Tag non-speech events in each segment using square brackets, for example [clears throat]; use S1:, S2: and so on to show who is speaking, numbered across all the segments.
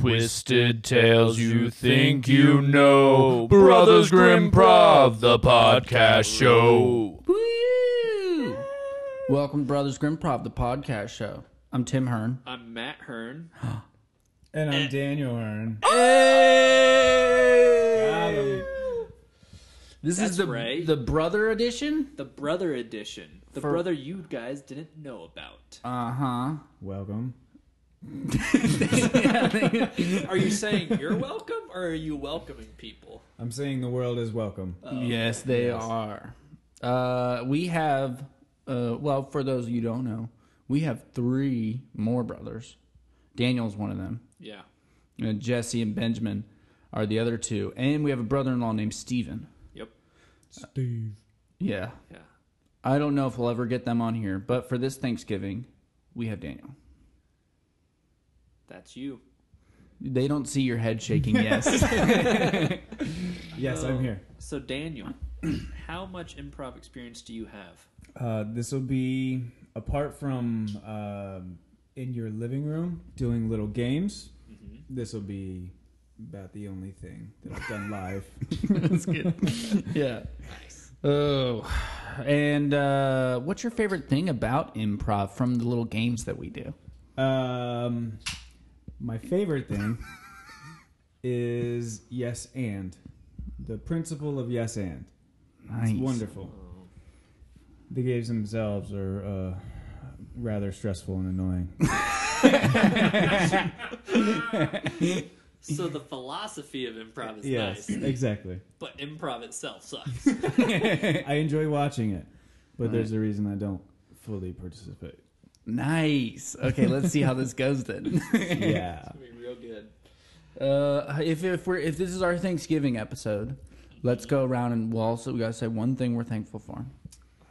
S1: Twisted tales you think you know. Brothers Grimm Prov, the podcast show.
S2: Woo! Welcome to Brothers Grimm Prov, the podcast show. I'm Tim Hearn.
S3: I'm Matt Hearn.
S4: And I'm Daniel Hearn.
S2: This
S3: That's
S2: is the
S3: right.
S2: the brother edition.
S3: The brother edition. The brother you guys didn't know about.
S2: Uh huh.
S4: Welcome.
S3: [laughs] Are you saying you're welcome or are you welcoming people?
S4: I'm saying the world is welcome.
S2: yes, they are. Uh, we have. Uh, well, for those you don't know, we have three more brothers. Daniel's one of them.
S3: Yeah.
S2: And Jesse and Benjamin are the other two, and we have a brother-in-law named Steven.
S3: Yep.
S4: Steve.
S2: Yeah,
S3: Yeah.
S2: I don't know if we'll ever get them on here, but for this Thanksgiving, we have Daniel.
S3: That's you.
S2: They don't see your head shaking. Yes.
S4: Yes, I'm here.
S3: So Daniel, [clears throat] how much improv experience do you have?
S4: Uh, this will be apart from um, in your living room doing little games. This will be about the only thing that I've done live. [laughs]
S2: That's good. yeah.
S3: Nice.
S2: Oh, and uh, what's your favorite thing about improv from the little games that we do?
S4: um, my favorite thing is yes and the principle of yes and.
S2: Nice.
S4: It's wonderful. The games themselves are uh, rather stressful and annoying.
S3: So the philosophy of improv is
S4: yes,
S3: nice,
S4: exactly.
S3: but improv itself sucks. [laughs]
S4: [laughs] I enjoy watching it, but there's a reason I don't fully [laughs] participate.
S2: [laughs] Nice. Okay, let's see how this goes then. [laughs]
S4: Yeah.
S3: I mean, real good.
S2: uh, if if we're if this is our Thanksgiving episode, let's go around and well, also we gotta say one thing we're thankful for.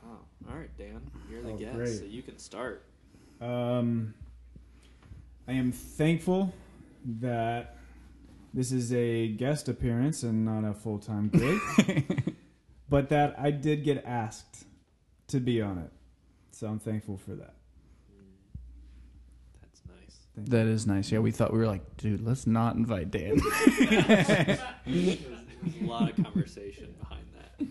S3: Oh, all right, Dan. You're the
S4: Oh,
S3: guest,
S4: great.
S3: so you can start.
S4: Um, I am thankful that this is a guest appearance and not a full time [laughs] gig, but that I did get asked to be on it. So I'm thankful for that.
S3: That's nice.
S2: That is nice. Yeah, we thought we were like, dude, let's not invite Dan.
S3: There's, there's a lot of conversation behind that.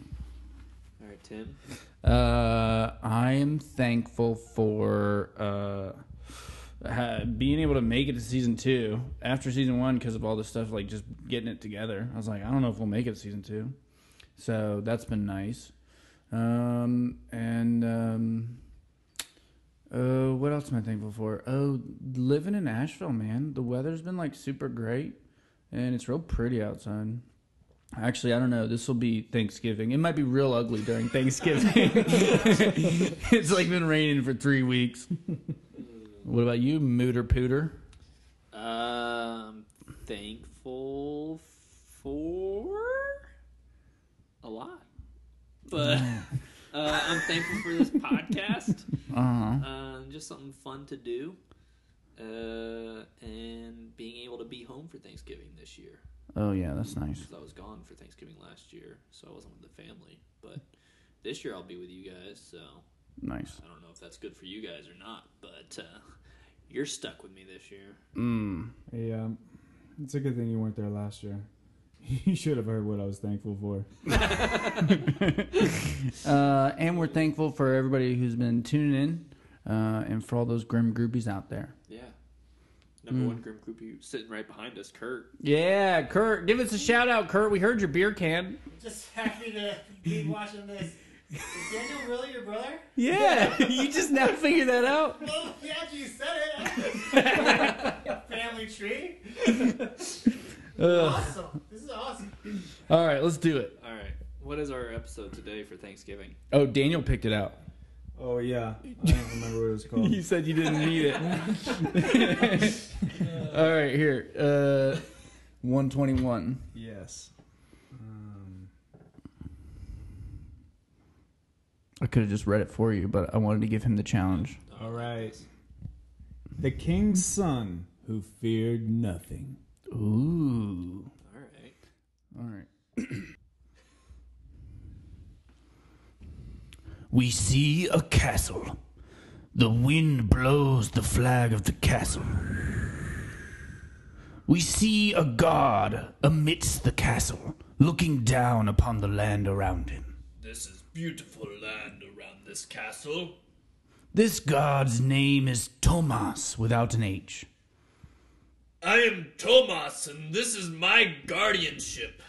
S3: All right, Tim.
S2: Uh, I am thankful for uh, ha- being able to make it to season two after season one because of all the stuff like just getting it together. I was like, I don't know if we'll make it to season two, so that's been nice. Um, and um, uh, what else am I thankful for? Oh, living in Asheville, man. The weather's been like super great, and it's real pretty outside. Actually, I don't know. This will be Thanksgiving. It might be real ugly during [laughs] Thanksgiving. it's like been raining for three weeks. [laughs] What about you, Mooter Pooter?
S3: Um, thankful for a lot, but uh, I'm thankful for this podcast.
S2: Uh huh.
S3: Um, just something fun to do, uh, and being able to be home for Thanksgiving this year
S2: Oh yeah, that's nice.
S3: because I was gone for Thanksgiving last year, so I wasn't with the family. But this year I'll be with you guys, so
S2: Nice.
S3: I don't know if that's good for you guys or not. But uh, you're stuck with me this year.
S2: Mm.
S4: Yeah. um, It's a good thing you weren't there last year. [laughs] You should have heard what I was thankful for.
S2: Uh, and we're thankful for everybody who's been tuning in, uh, and for all those grim groupies out there.
S3: Yeah.
S2: Hmm.
S3: Number one Grim Groupie sitting right behind us, Kurt.
S2: Yeah, Kurt, give us a shout out, Kurt. We heard your beer can.
S5: Just happy to
S2: [laughs]
S5: be watching this. Is Daniel really your brother?
S2: Yeah, [laughs] you just now figured that out.
S5: Well, yeah, you said it.
S3: [laughs]
S5: Family tree.
S2: Ugh.
S5: Awesome. This is awesome.
S2: All right, let's do it.
S3: All right. What is our episode today for Thanksgiving?
S2: Oh, Daniel picked it out.
S4: Oh, yeah. I don't remember what [laughs] it was called.
S2: [laughs] You said you didn't need it. [laughs] All right, here. Uh, 121.
S4: yes. Um,
S2: I could have just read it for you, but I wanted to give him the challenge.
S4: all right. The king's son who feared nothing.
S2: Ooh.
S3: All right.
S2: All right. [clears throat] we see a castle. The wind blows the flag of the castle. we see a god amidst the castle, looking down upon the land around him.
S1: This is beautiful land around this castle.
S2: This god's name is Tomas without an H.
S1: I am Tomas, and this is my guardianship.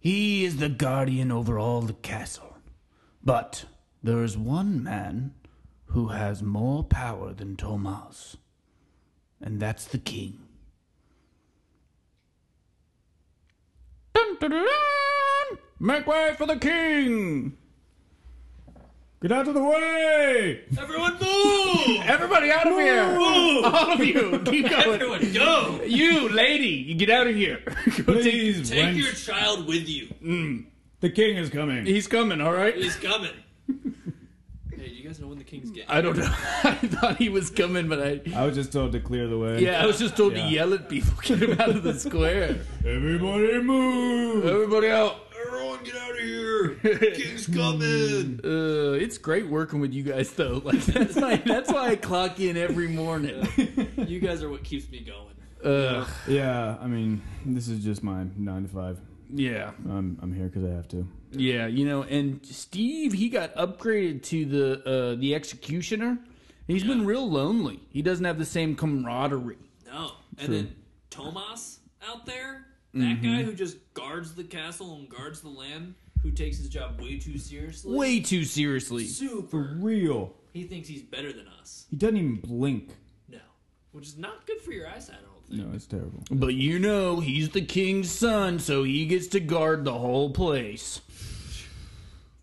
S2: He is the guardian over all the castle. But there is one man who has more power than Tomas, and that's the king. Make way for the king!
S4: Get out of the way!
S1: Everyone
S3: [laughs]
S1: move!
S2: Everybody out of here! [laughs] All of you, keep going.
S1: Everyone go!
S2: you, lady, you get out of here. Go take-
S4: Please,
S3: Take
S4: wench.
S3: your child with you.
S4: The king is coming.
S2: He's coming, all right?
S3: He's coming. [laughs] hey, do you guys know when the king's getting?
S2: I don't know. [laughs] I thought he was coming, but I.
S4: I was just told to clear the way.
S2: Yeah, I was just told
S4: Yeah.
S2: to yell at people, [laughs] get him out of the square.
S4: Everybody move!
S2: Everybody out.
S1: Everyone get out of
S2: [laughs]
S1: here! King's coming!
S2: Uh, it's great working with you guys, though. [laughs] Like that's my that's why I clock in every morning.
S3: You guys are what keeps me going.
S2: Uh,
S4: Yeah, I mean, this is just my nine to five.
S2: yeah,
S4: I'm I'm here because I have to.
S2: yeah, you know. And Steve, he got upgraded to the uh, the executioner. He's been real lonely. He doesn't have the same camaraderie.
S3: No. And then Tomas out there, that
S2: Mm-hmm.
S3: guy who just guards the castle and guards the land, who takes his job way too seriously.
S2: Way too seriously.
S4: For
S3: Super.
S4: real,
S3: He thinks he's better than us.
S4: he doesn't even blink.
S3: No. Which is not good for your eyesight, I don't think.
S4: No, it's terrible.
S2: But you know, he's the king's son, so he gets to guard the whole place.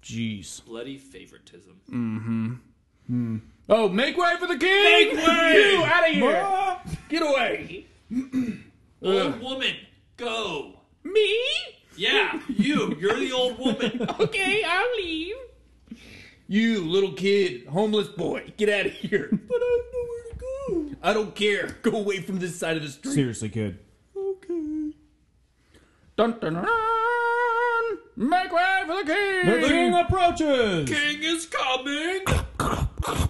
S2: Jeez.
S3: Bloody favoritism.
S2: Oh, make way for the king! Make way! You out of here! Get away!
S1: Mm.
S3: Old woman, go!
S2: Me?
S3: Yeah, you. You're the old
S1: [laughs]
S3: woman.
S2: Okay, I'll leave. You little kid, homeless boy, get out of here. [laughs] But I have nowhere to go. I don't care. Go away from this side of the street.
S4: Seriously, kid.
S2: Dun, dun, dun, dun. Make way for the king!
S4: The king approaches.
S3: King is coming!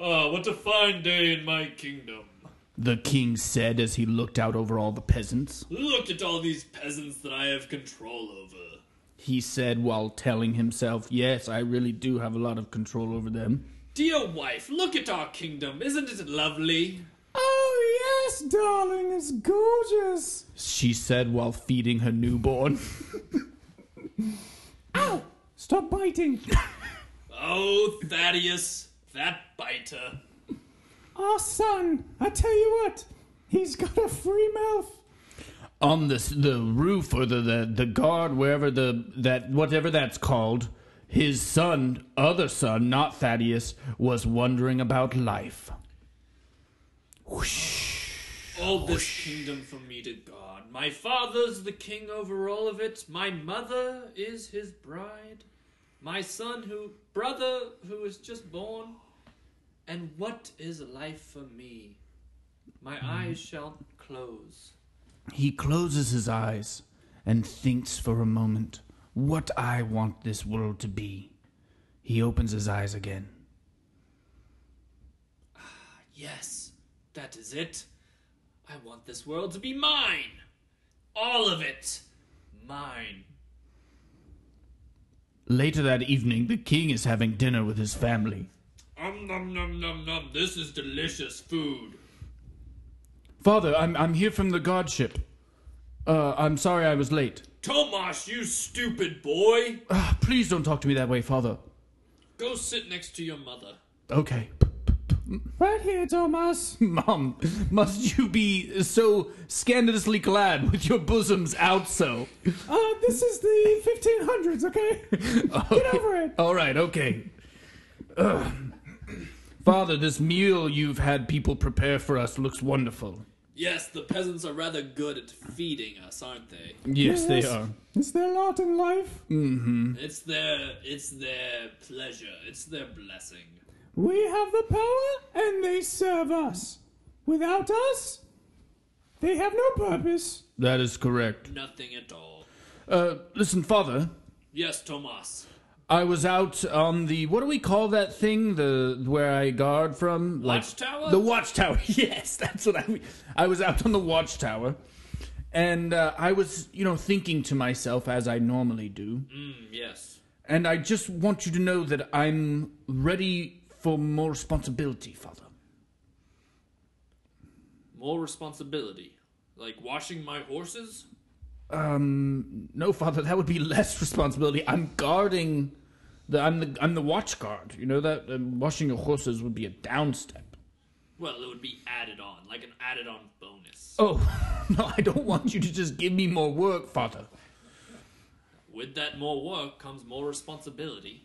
S1: Ah, what a fine day in my kingdom.
S2: The king said as he looked out over all the peasants.
S1: Look at all these peasants that I have control over.
S2: he said while telling himself, Yes, I really do have a lot of control over them.
S3: Dear wife, look at our kingdom. Isn't it lovely?
S4: Oh yes, darling, it's gorgeous.
S2: She said while feeding her newborn.
S4: Stop biting.
S3: Oh, Thaddeus, that biter.
S4: Our son. I tell you what, he's got a free mouth.
S2: On the, s- the roof or the, the, the guard, wherever the, that, whatever that's called, his son, other son, not Thaddeus, was wondering about life.
S3: All this kingdom for me to God. My father's the king over all of it. My mother is his bride. My son, who brother, who is just born. And what is life for me? My eyes shall close.
S2: He closes his eyes and thinks for a moment what I want this world to be. He opens his eyes again.
S3: Yes, that is it. I want this world to be mine. All of it. Mine.
S2: Later that evening, the king is having dinner with his family.
S1: Um, nom, nom, nom, nom. This is delicious food.
S2: Father, I'm I'm here from the guardship. Uh, I'm sorry I was late.
S1: Tomas, you stupid boy!
S2: Ah, please don't talk to me that way, Father.
S3: Go sit next to your mother.
S2: Okay.
S4: Right here, Thomas.
S2: Mom, must you be so scandalously glad with your bosoms out so?
S4: Uh, this is the 1500s, okay? Get over it.
S2: All right, okay. Ugh. Father, this meal you've had people prepare for us looks wonderful.
S3: Yes, the peasants are rather good at feeding us, aren't they?
S2: Yes, they
S4: Yes.
S2: are.
S4: It's their lot in life.
S3: It's their it's their pleasure. It's their blessing.
S4: We have the power and they serve us. Without us, they have no purpose.
S2: That is correct.
S3: Nothing at all.
S2: Uh, listen, Father,
S3: Yes, Tomas.
S2: I was out on the what do we call that thing? The where I guard from, like
S3: Watchtower?
S2: The watchtower. [laughs] Yes, that's what I mean. I was out on the watchtower, and uh, I was, you know, thinking to myself as I normally do,
S3: Mm, yes.
S2: and I just want you to know that I'm ready for more responsibility, Father.
S3: More responsibility. Like washing my horses?
S2: Um, no, Father, that would be less responsibility. I'm guarding. The, I'm the I'm the watch guard. You know that um, washing your horses would be a downstep.
S3: Well, it would be added on, like an added on bonus.
S2: Oh, [laughs] no, I don't want you to just give me more work, Father.
S3: With that more work comes more responsibility.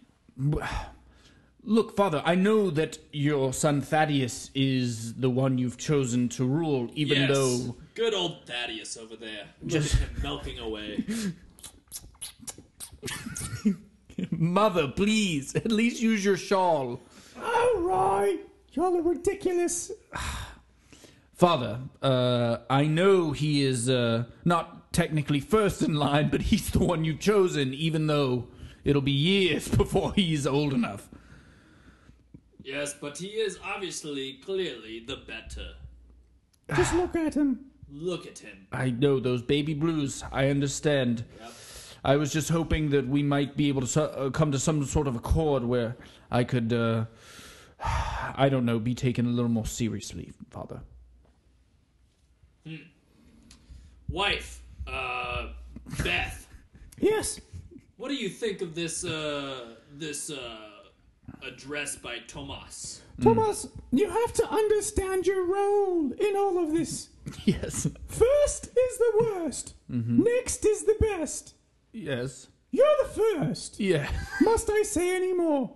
S2: Look, Father, I know that your son Thaddeus is the one you've chosen to rule, even
S3: yes.
S2: though.
S3: Good old Thaddeus over there.
S2: Just-
S3: Just him
S2: [laughs]
S3: melting away.
S2: Mother, please, [laughs] at least use your shawl.
S4: All right, y'all are ridiculous.
S2: Father, uh, I know he is uh, not technically first in line, but he's the one you've chosen, even though it'll be years [laughs] before he's old enough.
S3: yes, but he is obviously, clearly the better.
S4: Just look at him.
S3: Look at him.
S2: I know those baby blues. I understand.
S3: Yep.
S2: I was just hoping that we might be able to so- uh, come to some sort of accord where I could, uh, [sighs] I don't know, be taken a little more seriously, Father. [laughs]
S3: Wife, uh, Beth,
S4: Yes.
S3: what do you think of this, uh, this, uh, address by Tomas?
S4: Thomas, you have to understand your role in all of this.
S2: Yes.
S4: First is the worst. Next is the best.
S2: Yes.
S4: You're the first.
S2: Yeah.
S4: Must I say any more?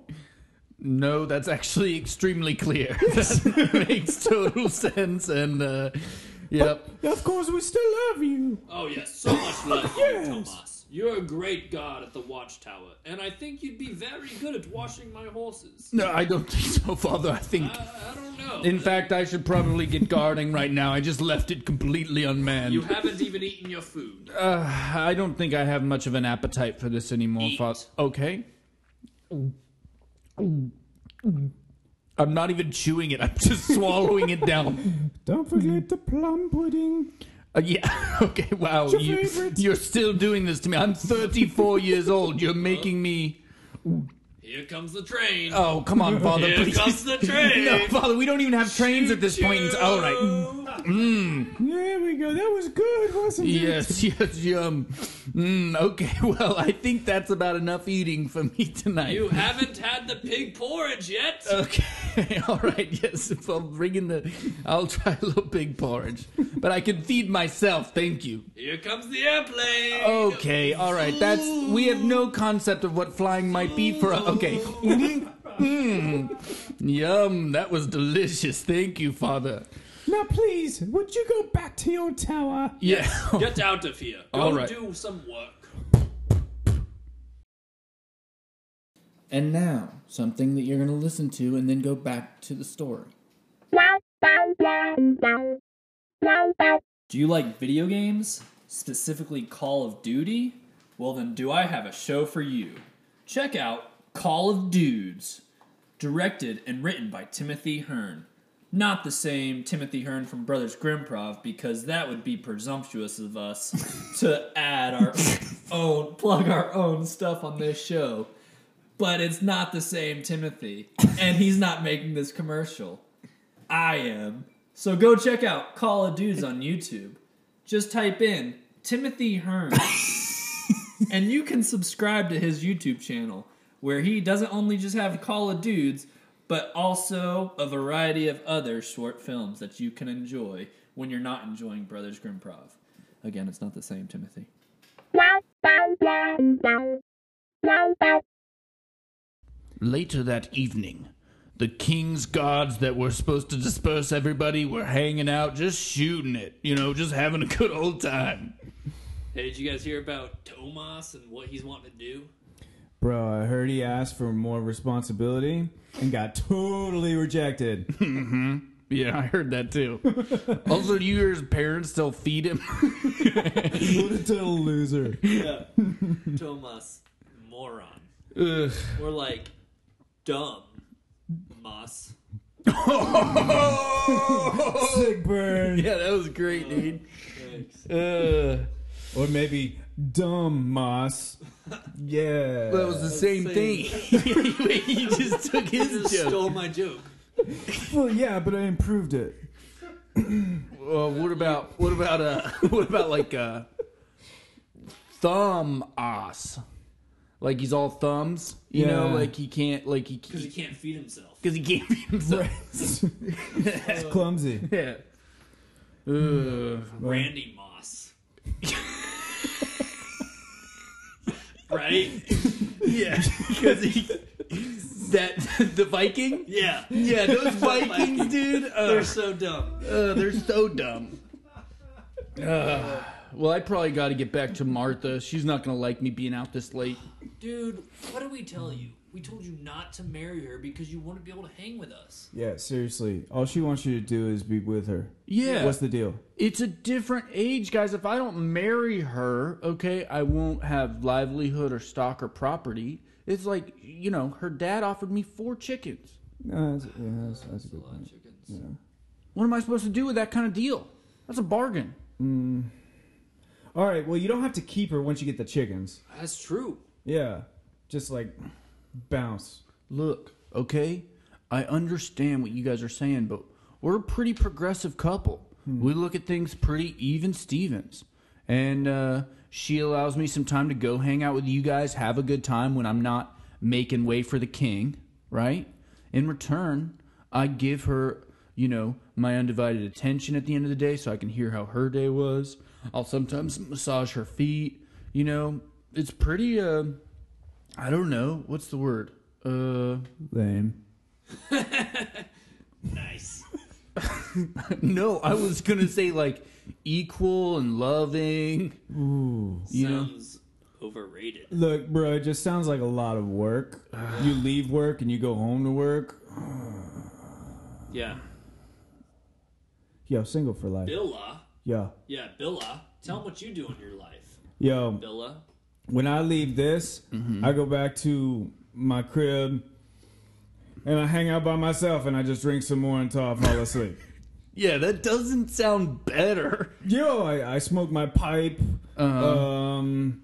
S2: No, that's actually extremely clear. [laughs] That makes total sense. And, uh, yep.
S4: Of course, we still love you.
S3: Oh yes, so much love for you,
S4: Yes.
S3: Tomas. You're a great guard at the watchtower, and I think you'd be very good at washing my horses.
S2: No, I don't think so, Father. I think.
S3: I, I don't know.
S2: In fact, I should probably get guarding right now. I just left it completely unmanned.
S3: you haven't even eaten your food.
S2: Uh, I don't think I have much of an appetite for this anymore.
S3: Eat.
S2: Fa- okay. I'm not even chewing it. I'm just swallowing it [laughs] down.
S4: Don't
S2: Mm.
S4: forget the plum pudding.
S2: Uh, yeah. [laughs] Okay. Wow.
S4: your
S2: You,
S4: favorite.
S2: you're still doing this to me. I'm 34 years old. You're making me.
S3: Here comes the train.
S2: Oh, come on, Father.
S3: Here
S2: please.
S3: comes the
S2: [laughs]
S3: train.
S2: No, Father. We don't even have trains at this point. in- All right.
S4: There we go. That was good, wasn't it?
S2: Yes, [laughs] yes, yum. Mm, okay, [laughs] well, I think that's about enough eating for me tonight.
S3: You haven't had the pig porridge yet.
S2: [laughs] Uh, Okay, [laughs] all right. Yes, if I'm bringing the, I'll try a little pig porridge, but I can feed myself. Thank you.
S3: Here comes the airplane.
S2: oh. Okay, all right. That's we have no concept of what flying might be for. Okay. Mm, Yum, that was delicious. Thank you, Father.
S4: Now, please, would you go back to your tower?
S2: Yes.
S3: Get out of here. Go
S2: All right.
S3: do some work.
S2: And now, something that you're going to listen to and then go back to the story.
S6: Wow, wow, wow, wow. Wow, wow.
S7: Do you like video games? Specifically Call of Duty? Well, then, do I have a show for you? Check out Call of Dudes, directed and written by Timothy Hearn. Not the same Timothy Hearn from Brothers Grimprov, because that would be presumptuous of us to add our own, plug our own stuff on this show. But it's not the same Timothy, and he's not making this commercial. I am. So go check out Call of Dudes on YouTube. Just type in Timothy Hearn. and you can subscribe to his YouTube channel where he doesn't only just have Call of Dudes, but also a variety of other short films that you can enjoy when you're not enjoying Brothers Grimprov. Again, it's not the same, Timothy.
S6: Wow, wow, wow, wow. Wow, wow.
S2: Later that evening, the king's guards that were supposed to disperse everybody were hanging out, just shooting it, you know, just having a good old time.
S3: Hey, did you guys hear about Tomas and what he's wanting to do?
S4: Bro, I heard he asked for more responsibility and got totally
S2: [laughs]
S4: rejected.
S2: Yeah, I heard that [laughs] too. also, do you his parents still feed [laughs] him?
S4: what a total loser.
S3: Tomas, moron.
S2: Ugh.
S3: Or like dumb moss.
S4: Sick burn.
S2: Yeah, that was great, dude. Uh,
S4: Or maybe dumb moss. Yeah.
S2: that was the same thing.
S3: Same.
S2: [laughs] you just took
S3: You
S2: [laughs] his
S3: just
S2: joke.
S3: stole my joke.
S4: well, yeah, but I improved it.
S2: Well, what about what about uh [laughs] what about like uh thumb ass? Like he's all thumbs, you know,
S4: Yeah.
S2: like he can't like he
S3: Because he can't feed himself.
S2: because he can't be himself.
S4: it's
S2: Uh.
S4: clumsy.
S2: Yeah. Ugh.
S3: Randy Moss. [laughs] right?
S2: [laughs] Yeah, because he that [laughs] the Viking.
S3: Yeah.
S2: Yeah, those Vikings, dude. Uh,
S3: [laughs] They're so dumb.
S2: Uh, they're so dumb. Uh, well, I probably got to get back to Martha. She's not gonna like me being out this late.
S3: Dude, what did we tell you? We told you not to marry her because you want to be able to hang with us.
S4: Yeah, seriously. All she wants you to do is be with her.
S2: Yeah,
S4: What's the deal?
S2: it's a different age, guys. If I don't marry her, okay, I won't have livelihood or stock or property. It's like you know, her dad offered me four chickens.
S4: No, that's, yeah, that's, that's a good point.
S2: What am I supposed to do with that kind of deal? That's a bargain.
S4: All right. Well, you don't have to keep her once you get the chickens.
S3: That's true.
S4: Yeah. Just like bounce.
S2: Look, okay, I understand what you guys are saying, but we're a pretty progressive couple. We look at things pretty even Stevens. And uh, she allows me some time to go hang out with you guys, have a good time when I'm not making way for the king, right? In return, I give her, you know, my undivided attention at the end of the day so I can hear how her day was. I'll sometimes massage her feet. You know, it's pretty, uh, I don't know, what's the word? Uh,
S4: Lame.
S3: Nice.
S2: no, I was gonna say like equal and loving.
S4: Ooh.
S2: You know?
S3: Sounds overrated.
S4: Look, bro, it just sounds like a lot of work.
S3: [sighs]
S4: you leave work and you go home to work.
S3: Yeah.
S4: Yo, single for life.
S3: Billa.
S4: Yo.
S3: Yeah, Billa. Tell him what you do in your life.
S4: Yo.
S3: Billa.
S4: when I leave this,
S3: Mm-hmm.
S4: I go back to my crib and I hang out by myself and I just drink some more until I fall asleep.
S2: Yeah, that doesn't sound better.
S4: Yo, I, I smoke my pipe. Um,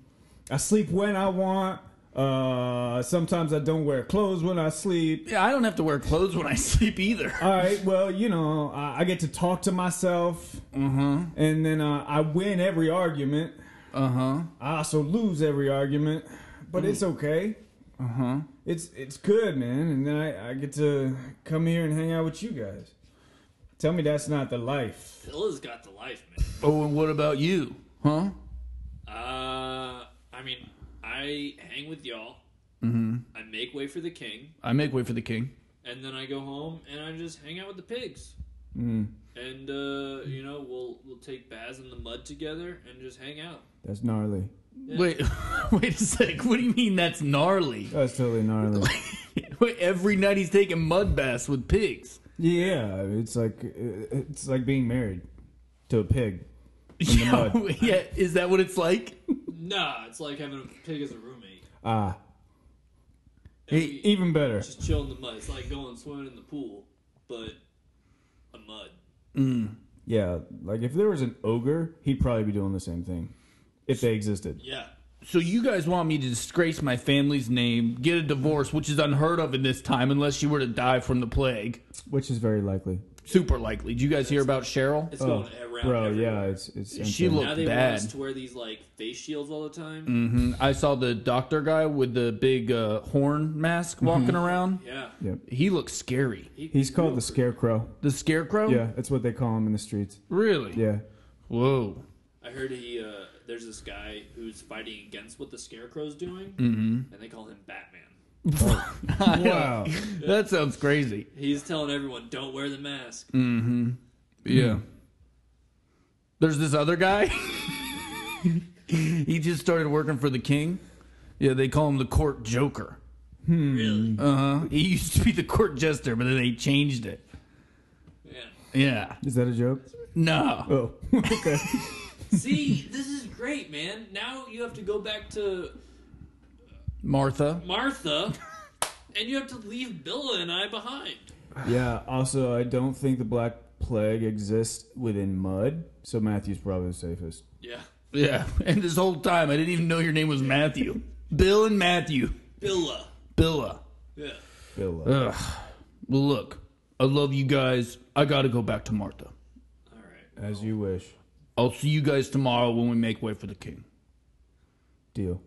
S4: I sleep when I want. Uh, sometimes I don't wear clothes when I sleep.
S2: Yeah, I don't have to wear clothes when I sleep either.
S4: All right, well, you know, I, I get to talk to myself,
S2: Uh huh.
S4: and then uh, I win every argument.
S2: Uh huh.
S4: I also lose every argument, but it's okay.
S2: Uh huh.
S4: It's it's good, man. And then I, I get to come here and hang out with you guys. Tell me that's not the life.
S3: Billa's got the life, man.
S2: Oh, and what about you? Huh?
S3: Uh, I mean, I hang with y'all. Mm-hmm. I make way for the king,
S2: I make way for the king.
S3: and then I go home and I just hang out with the pigs. Mm. And uh, you know, we'll we'll take baths in the mud together and just hang out.
S4: That's gnarly.
S2: Wait, [laughs] wait a sec. What do you mean that's gnarly? [laughs]
S4: That's totally gnarly.
S2: Wait, every night he's taking mud baths with pigs.
S4: yeah, it's like it's like being married to a pig. the
S2: Yo, [laughs] yeah, is that what it's like?
S3: Nah, it's like having a pig as a roommate.
S4: Ah, E,
S2: Hey,
S4: even better.
S3: Just chill in the mud. It's like going swimming in the pool, but a mud.
S4: Yeah, like if there was an ogre, he'd probably be doing the same thing if they existed.
S3: Yeah.
S2: So you guys want me to disgrace my family's name, get a divorce, which is unheard of in this time, unless she were to die from the plague.
S4: Which is very likely.
S2: Super likely. Did you guys hear about Cheryl?
S3: It's
S4: Oh,
S3: going around.
S4: Bro,
S3: everywhere.
S4: yeah, it's it's Mm.
S2: She
S4: insane.
S2: looked
S3: Now they
S2: bad.
S3: want us to wear these like face shields all the time.
S4: Mm-hmm.
S2: Mhm. I saw the doctor guy with the big uh, horn mask
S4: Mm-hmm.
S2: walking around.
S3: Yeah.
S2: He looked scary.
S4: He's called the scarecrow.
S2: The scarecrow?
S4: Yeah, that's what they call him in the streets.
S2: Really?
S4: Yeah.
S2: Whoa.
S3: I heard he uh, there's this guy who's fighting against what the scarecrow's doing, mm-hmm. and they call him Batman.
S4: Wow.
S2: That sounds crazy.
S3: He's telling everyone, "Don't wear the mask."
S4: Mm.
S2: Yeah. There's this other guy. [laughs] he just started working for the king. Yeah, they call him the court joker.
S3: Really?
S2: Uh
S4: Uh-huh.
S2: huh. He used to be the court jester, but then they changed it.
S3: Yeah.
S2: Yeah.
S4: Is that a joke?
S2: No.
S4: Oh, [laughs] okay.
S3: See, this is great, man. Now you have to go back to
S2: Martha.
S4: [laughs]
S3: Martha, and you have to leave Billa and I behind.
S4: Yeah. Also, I don't think the Black Plague exists within mud, so Matthew's probably the safest.
S3: Yeah.
S2: Yeah. And this whole time, I didn't even know your name was Matthew. Bill and Matthew.
S3: Billa.
S2: Billa.
S3: Yeah.
S4: Bill.
S2: Ugh. Well, look, I love you guys. I got to go back to Martha.
S3: All right.
S4: As you wish.
S2: I'll see you guys tomorrow when we make way for the king.
S4: Deal.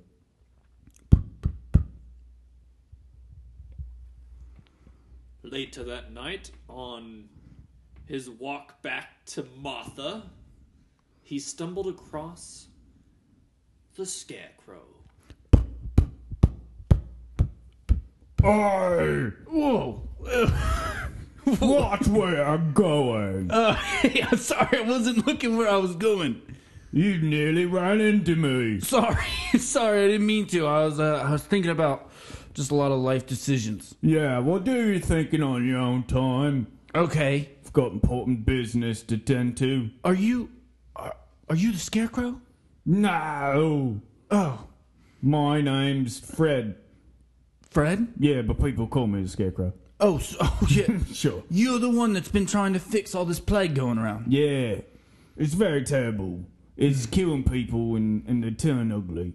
S3: Later that night, on his walk back to Martha, he stumbled across the scarecrow.
S4: I
S2: Whoa.
S4: watch where I'm going.
S2: Uh, [laughs] hey, I'm sorry. I wasn't looking where I was going.
S4: You nearly ran into me.
S2: Sorry. [laughs] Sorry. I didn't mean to. I was, uh, I was thinking about just a lot of life decisions.
S4: Yeah, well, do your thinking on your own time.
S2: Okay.
S4: I've got important business to tend to.
S2: Are you. Are, are you the scarecrow?
S4: No,
S2: Oh.
S4: my name's Fred.
S2: Fred?
S4: Yeah, but people call me the Scarecrow.
S2: Oh, so, [laughs] oh yeah.
S4: Sure.
S2: You're the one that's been trying to fix all this plague going around.
S4: Yeah, it's very terrible. It's killing people and, and they turn ugly.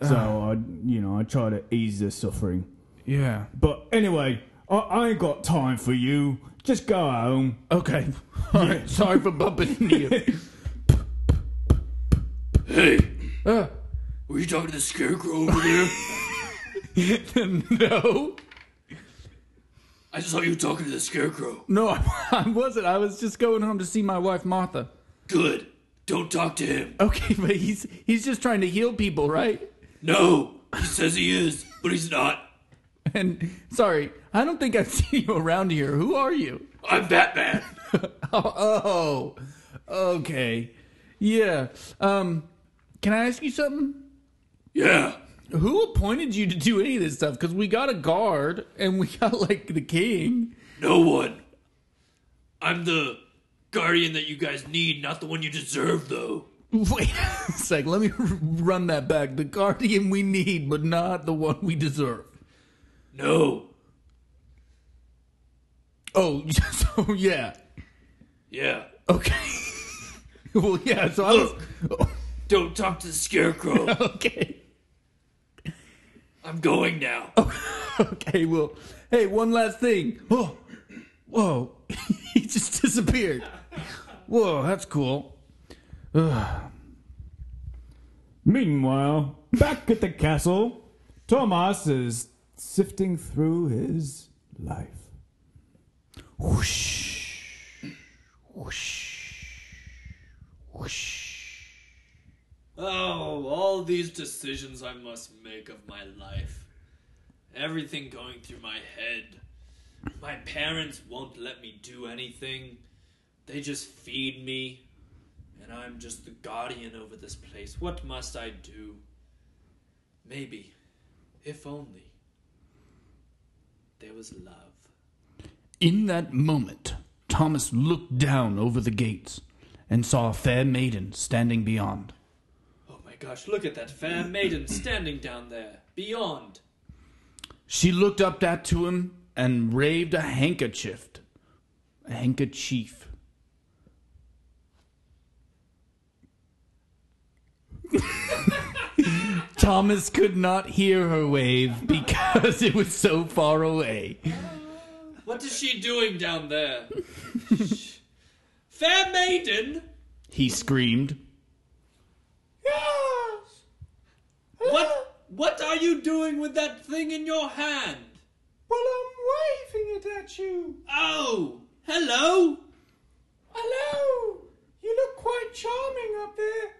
S4: So I, you know, I try to ease their suffering.
S2: Yeah.
S4: But anyway, I, I ain't got time for you. Just go home.
S2: Okay. [laughs] All right. Sorry for bumping into you.
S3: Hey,
S2: Uh,
S3: were you talking to the scarecrow over there?
S2: [laughs] no.
S3: I saw you talking to the scarecrow.
S2: No, [laughs] I, I wasn't. I was just going home to see my wife, Martha.
S3: Good. Don't talk to him.
S2: Okay, [laughs] but he's he's just trying to heal people, right?
S3: No, he says he is, but he's not.
S2: And sorry, I don't think I've seen you around here. Who are you?
S3: I'm Batman.
S2: [laughs]
S3: [laughs]
S2: Oh, oh okay. Yeah. Um, can I ask you something?
S3: Yeah.
S2: Who appointed you to do any of this stuff? Because we got a guard and we got like the king.
S3: No one. I'm the guardian that you guys need, not the one you deserve, though.
S2: Wait a sec, let me [laughs] run that back. The guardian we need, but not the one we deserve.
S3: No.
S2: Oh, [laughs] so yeah.
S3: Yeah.
S2: Okay. [laughs] well, yeah, so I was.
S3: Don't talk to
S2: [laughs]
S3: the scarecrow.
S2: Okay.
S3: I'm going now.
S2: Okay, well, hey, one last thing. Whoa. Whoa. [laughs] he just disappeared. Whoa, that's cool.
S4: Meanwhile, back at the castle, Thomas is sifting through his life.
S3: Oh, all these decisions I must make of my life. Everything going through my head. My parents won't let me do anything. They just feed me. And I'm just the guardian over this place. What must I do? Maybe, if only, there was love.
S2: In that moment, Thomas looked down over the gates and saw a fair maiden standing beyond.
S3: Oh my gosh, look at that fair maiden standing down there, beyond.
S2: She looked up at to him and waved a handkerchief. A handkerchief. [laughs] Thomas could not hear her wave because it was so far away.
S3: What is she doing down there? fair maiden?
S2: He screamed.
S3: What what are you doing with that thing in your hand?
S4: Well, I'm waving it at you.
S3: Oh, hello.
S4: Hello. You look quite charming up there.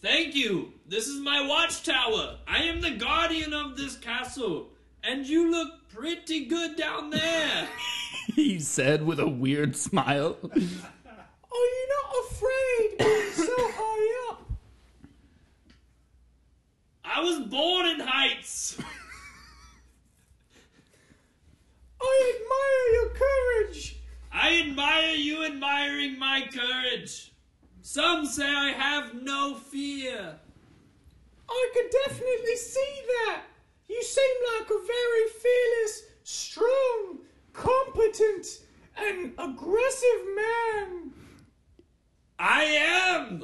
S3: Thank you. This is my watchtower. I am the guardian of this castle, and you look pretty good down there.
S2: He said with a weird smile.
S4: Are you not afraid being so high up?
S3: I was born in heights.
S4: I admire your courage.
S3: I admire you admiring my courage. Some say I have no fear.
S4: I can definitely see that. You seem like a very fearless, strong, competent, and aggressive man.
S3: I am!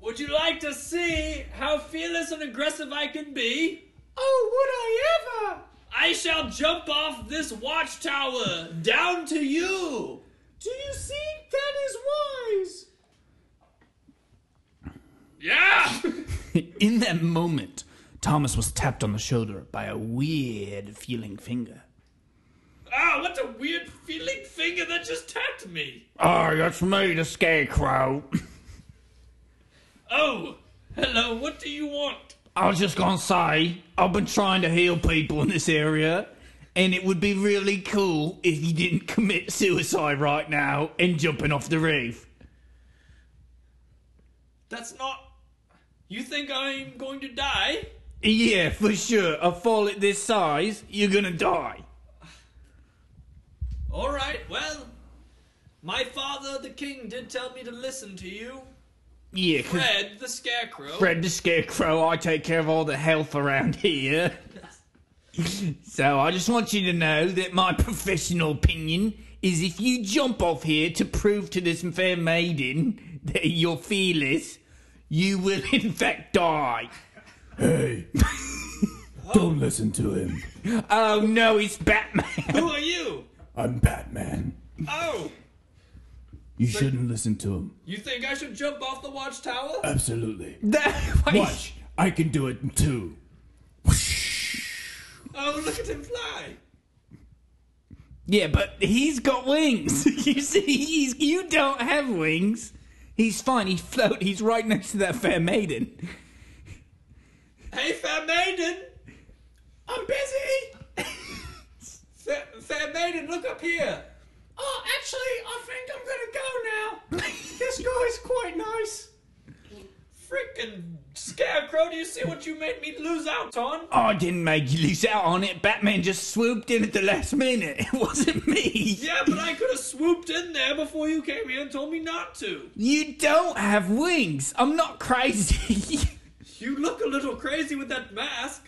S3: Would you like to see how fearless and aggressive I can be?
S4: Oh, would I ever?
S3: I shall jump off this watchtower down to you!
S4: Do you think that is wise?
S3: Yeah!
S2: [laughs] In that moment, Thomas was tapped on the shoulder by a weird feeling finger.
S3: Ah, what a weird feeling finger that just tapped me!
S2: Oh, that's me, the scarecrow.
S3: Oh, hello, what do you want?
S2: I was just gonna say, I've been trying to heal people in this area, and it would be really cool if you didn't commit suicide right now and jumping off the roof.
S3: That's not. You think I'm going to die?
S2: Yeah, for sure. A fall at this size, you're gonna die.
S3: Alright, well. My father, the king, did tell me to listen to you.
S2: Yeah, 'cause
S3: Fred, the scarecrow.
S2: Fred the Scarecrow, I take care of all the health around here. [laughs] so I just want you to know that my professional opinion is if you jump off here to prove to this fair maiden that you're fearless, you will [laughs] in fact die. [laughs]
S1: Don't listen to him.
S2: Oh no, it's Batman.
S3: Who are you?
S1: I'm Batman.
S3: Oh,
S1: You shouldn't listen to him.
S3: you think I should jump off the watchtower?
S1: Absolutely.
S2: [laughs] That-
S1: Watch. I can do it too.
S3: Oh, look at him fly!
S2: Yeah, but he's got wings. [laughs] you see, he's, you don't have wings. He's fine. He float. He's right next to that fair maiden.
S3: Hey, fair maiden! I'm busy! fair, fair maiden, look up here! Oh, actually, I think I'm gonna go now! this guy's quite nice! Frickin' scarecrow, do you see what you made me lose out on?
S2: Oh, I didn't make you lose out on it. Batman just swooped in at the last minute. [laughs] It wasn't me.
S3: Yeah, but I could have swooped in there before you came here and told me not to!
S2: You don't have wings. I'm not crazy. [laughs]
S3: You look a little crazy with that mask!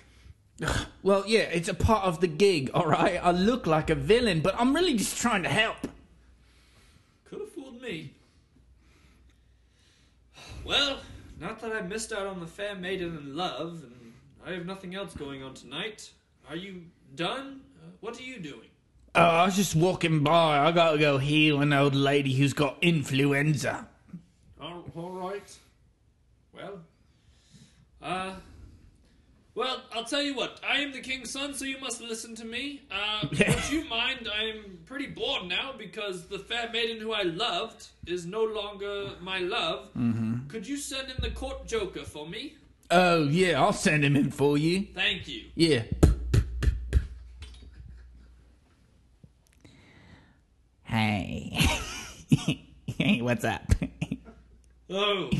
S2: well, yeah, it's a part of the gig, all right? I look like a villain, but I'm really just trying to help.
S3: Could have fooled me. Well, not that I missed out on the fair maiden in love, and I have nothing else going on tonight. Are you done? Uh, what are you doing?
S2: Oh, I was just walking by. I gotta go heal an old lady who's got influenza.
S3: All, all right. Well, uh, well, I'll tell you what. I am the king's son, so you must listen to me. Uh, would you mind? I'm pretty bored now because the fair maiden who I loved is no longer my love. Could you send in the court joker for me?
S2: Oh, yeah, I'll send him in for you.
S3: Thank you.
S2: Yeah. Hey. [laughs] hey, what's up? [laughs]
S4: [laughs]
S3: Oh,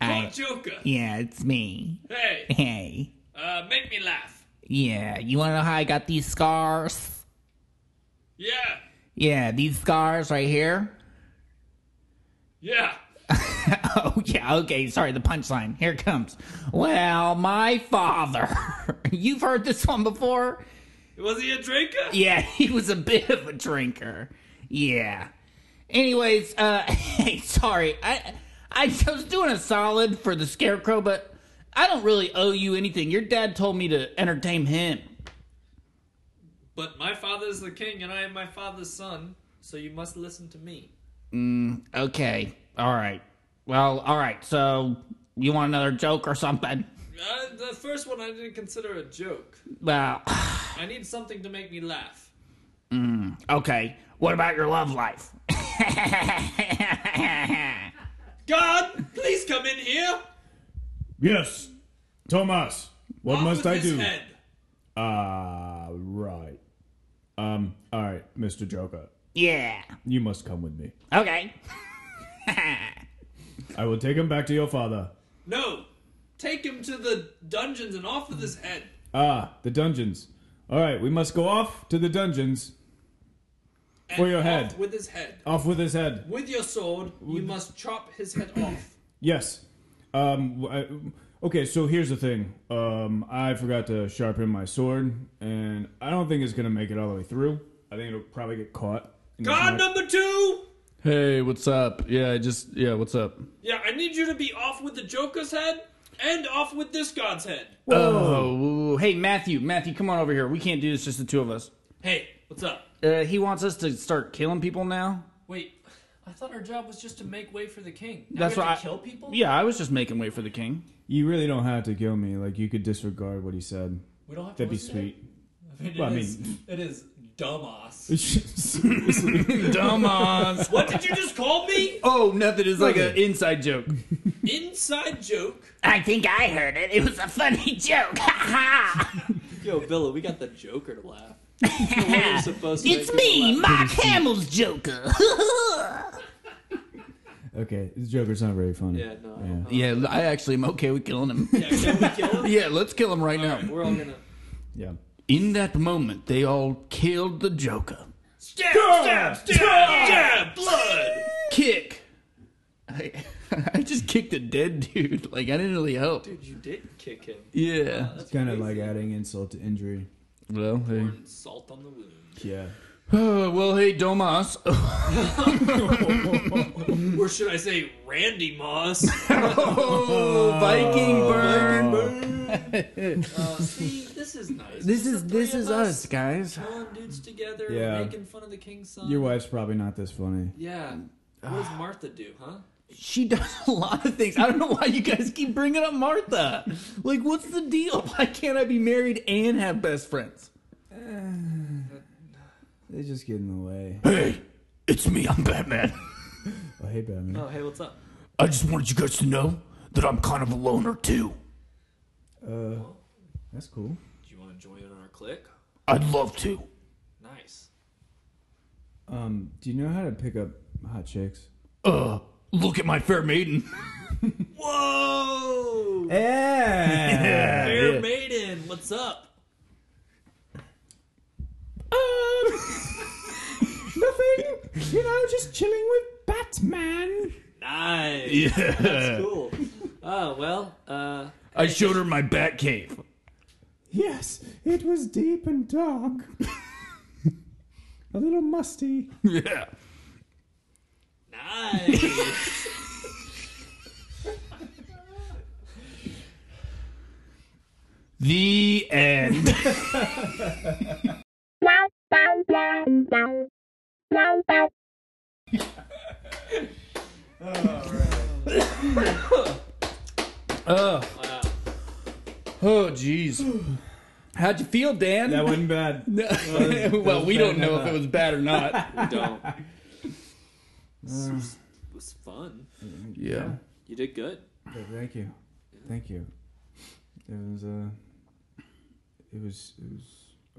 S2: I-
S3: Court Joker.
S2: yeah, it's me.
S3: Hey,
S2: Hey.
S3: uh, make me laugh.
S2: Yeah, you wanna know how I got these scars?
S3: Yeah,
S2: Yeah, these scars right here. [laughs]
S3: yeah.
S2: Oh, yeah, okay, sorry, the punchline. Here it comes. Well, my father. [laughs] You've heard this one before?
S3: Was he a drinker?
S2: Yeah, [laughs] he was a bit of a drinker. Yeah. Anyways, uh, [laughs] hey, sorry. I, I was doing a solid for the scarecrow, but I don't really owe you anything. Your dad told me to entertain him.
S3: But my father is the king, and I am my father's son, so you must listen to me.
S2: Okay. All right. Well, all right. So you want another joke or something?
S3: Uh, the first one I didn't consider a joke.
S2: Well, [sighs]
S3: I need something to make me laugh.
S2: okay. What about your love life? [laughs]
S3: God, please come in here.
S4: Yes, Thomas. What
S3: Off
S4: must
S3: with
S4: I
S3: his
S4: do?
S3: Head.
S4: Ah, right. Um. All right, Mister Joker.
S2: yeah.
S4: You must come with me.
S2: Okay.
S4: I will take him back to your father.
S3: No, take him to the dungeons and off with his head.
S4: Ah, the dungeons. All right, we must go off to the dungeons.
S3: And
S4: For your
S3: off
S4: head.
S3: With his head.
S4: Off with his head.
S3: With your sword, you must chop his head off.
S4: Yes. Um. w- I- Okay, so here's the thing. Um, I forgot to sharpen my sword, and I don't think it's gonna make it all the way through. I think it'll probably get caught. in this
S3: God
S4: net.
S3: number two.
S2: Hey, what's up? Yeah, I just yeah, what's up?
S3: Yeah, I need you to be off with the Joker's head and off with this god's head.
S2: Oh, woo, woo. hey Matthew, Matthew, come on over here. We can't do this just the two of us.
S3: Hey, what's up?
S2: Uh, he wants us to start killing people now.
S3: Wait, I thought our job was just to make way for the king. Now
S2: That's
S3: we have
S2: what
S3: to
S2: I-
S3: kill people.
S2: Yeah, I was just making way for the king.
S4: You really don't have to kill me. Like you could disregard what he said.
S3: we don't have to
S4: That'd be
S3: listen to him?
S4: sweet.
S3: I mean,
S4: Well,
S3: [laughs]
S4: I
S3: it is-
S4: mean-
S3: it is dumbass.
S4: Seriously.
S2: Dumbass.
S3: what did you just call me?
S2: [laughs] Oh, nothing is like an inside joke.
S3: Inside joke.
S8: I think I heard it. It was a funny joke. [laughs]
S9: Yo, Villa, we got the Joker
S8: [laughs]
S9: to laugh. No wonder you're supposed to
S8: it's
S9: make
S8: me,
S9: people laugh.
S8: Mark Hamill's Joker.
S4: [laughs]
S8: [laughs]
S4: okay, this Joker's not very funny.
S9: Yeah, no. uh-huh. I don't know.
S2: Yeah, I actually am okay with killing him.
S9: Yeah, can we kill him?
S2: [laughs] yeah, let's kill him right now.
S9: Alright, we're all gonna.
S4: yeah.
S2: In that moment, they all killed the Joker.
S3: Stab, stab, stab, stab, blood.
S2: Kick. I, [laughs] I just kicked a dead dude. Like I didn't really help.
S9: Dude, you did kick him.
S2: Yeah.
S9: That's
S4: Kind of
S9: crazy.
S4: like adding insult to injury.
S2: Well, hey.
S3: Pouring Salt on the wound.
S4: Yeah.
S2: Uh, well, hey, Domas. [laughs]
S3: Or should I say, Randy
S9: [laughs]
S3: Moss?
S2: oh, Viking burn.
S3: Uh, see, this is nice.
S2: This
S3: Just
S2: is
S3: the
S2: this
S3: three of
S2: is us, guys.
S3: Pulling dudes together,
S4: Yeah.
S3: making fun of the king's son.
S4: Your wife's probably not this funny.
S3: Yeah. What does Martha do, huh?
S2: She does a lot of things. I don't know why you guys keep bringing up Martha. Like, what's the deal? [laughs] Why can't I be married and have best friends?
S4: They just get in the way.
S2: Hey, it's me. I'm Batman.
S4: Oh, hey, Batman.
S3: Uh.
S9: Oh, hey, what's up?
S2: I just wanted you guys to know that I'm kind of a loner too.
S4: Uh, that's cool.
S3: Do you want to join our clique?
S2: I'd love to.
S3: Nice.
S4: Um, do you know how to pick up hot chicks?
S2: Uh, look at my fair maiden.
S3: Whoa! [laughs]
S4: Yeah. [laughs]
S3: Fair Maiden, what's up?
S4: um, nothing. You know, just chilling with Batman.
S3: Nice.
S2: Yeah.
S9: Cool. [laughs] Oh, well, uh,
S2: I showed her my bat cave. [laughs]
S4: Yes, it was deep
S3: [laughs]
S4: and dark. A little musty.
S2: Yeah.
S3: Nice.
S2: The end. Oh. [laughs] Oh, jeez. How'd you feel, Dan?
S4: That wasn't
S2: [laughs]
S4: bad.
S2: well, we don't know if it was bad or not.
S9: we don't. This was, was fun.
S2: yeah.
S9: You did good.
S4: But thank you, thank you. It was uh, it was it was.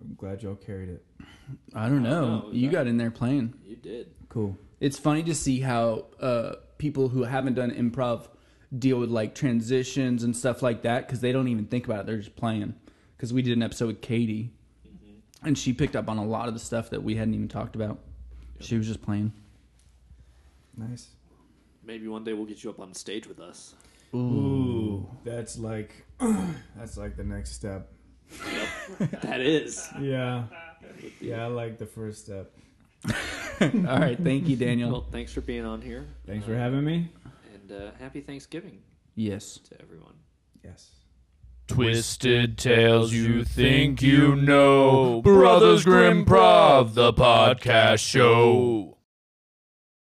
S4: I'm glad y'all carried it.
S2: [laughs] I don't know.
S9: know.
S2: You got in there playing.
S9: You did.
S4: Cool.
S2: It's funny to see how uh, people who haven't done improv deal with like transitions and stuff like that because they don't even think about it. They're just playing. Because we did an episode with Katie, and she picked up on a lot of the stuff that we hadn't even talked about. She was just playing.
S4: Nice.
S9: Maybe one day we'll get you up on stage with us.
S4: Ooh, that's like [clears throat] that's like the next step.
S9: That is.
S4: Yeah. Yeah, I like the first step.
S2: All right, thank you,
S3: [laughs]
S2: Daniel.
S9: Well, thanks for being on here,
S4: Thanks for having me.
S9: and uh, happy Thanksgiving
S2: Yes.
S9: to everyone.
S4: Yes.
S10: Twisted tales you think you know. Brothers Grimm Prov, the podcast show.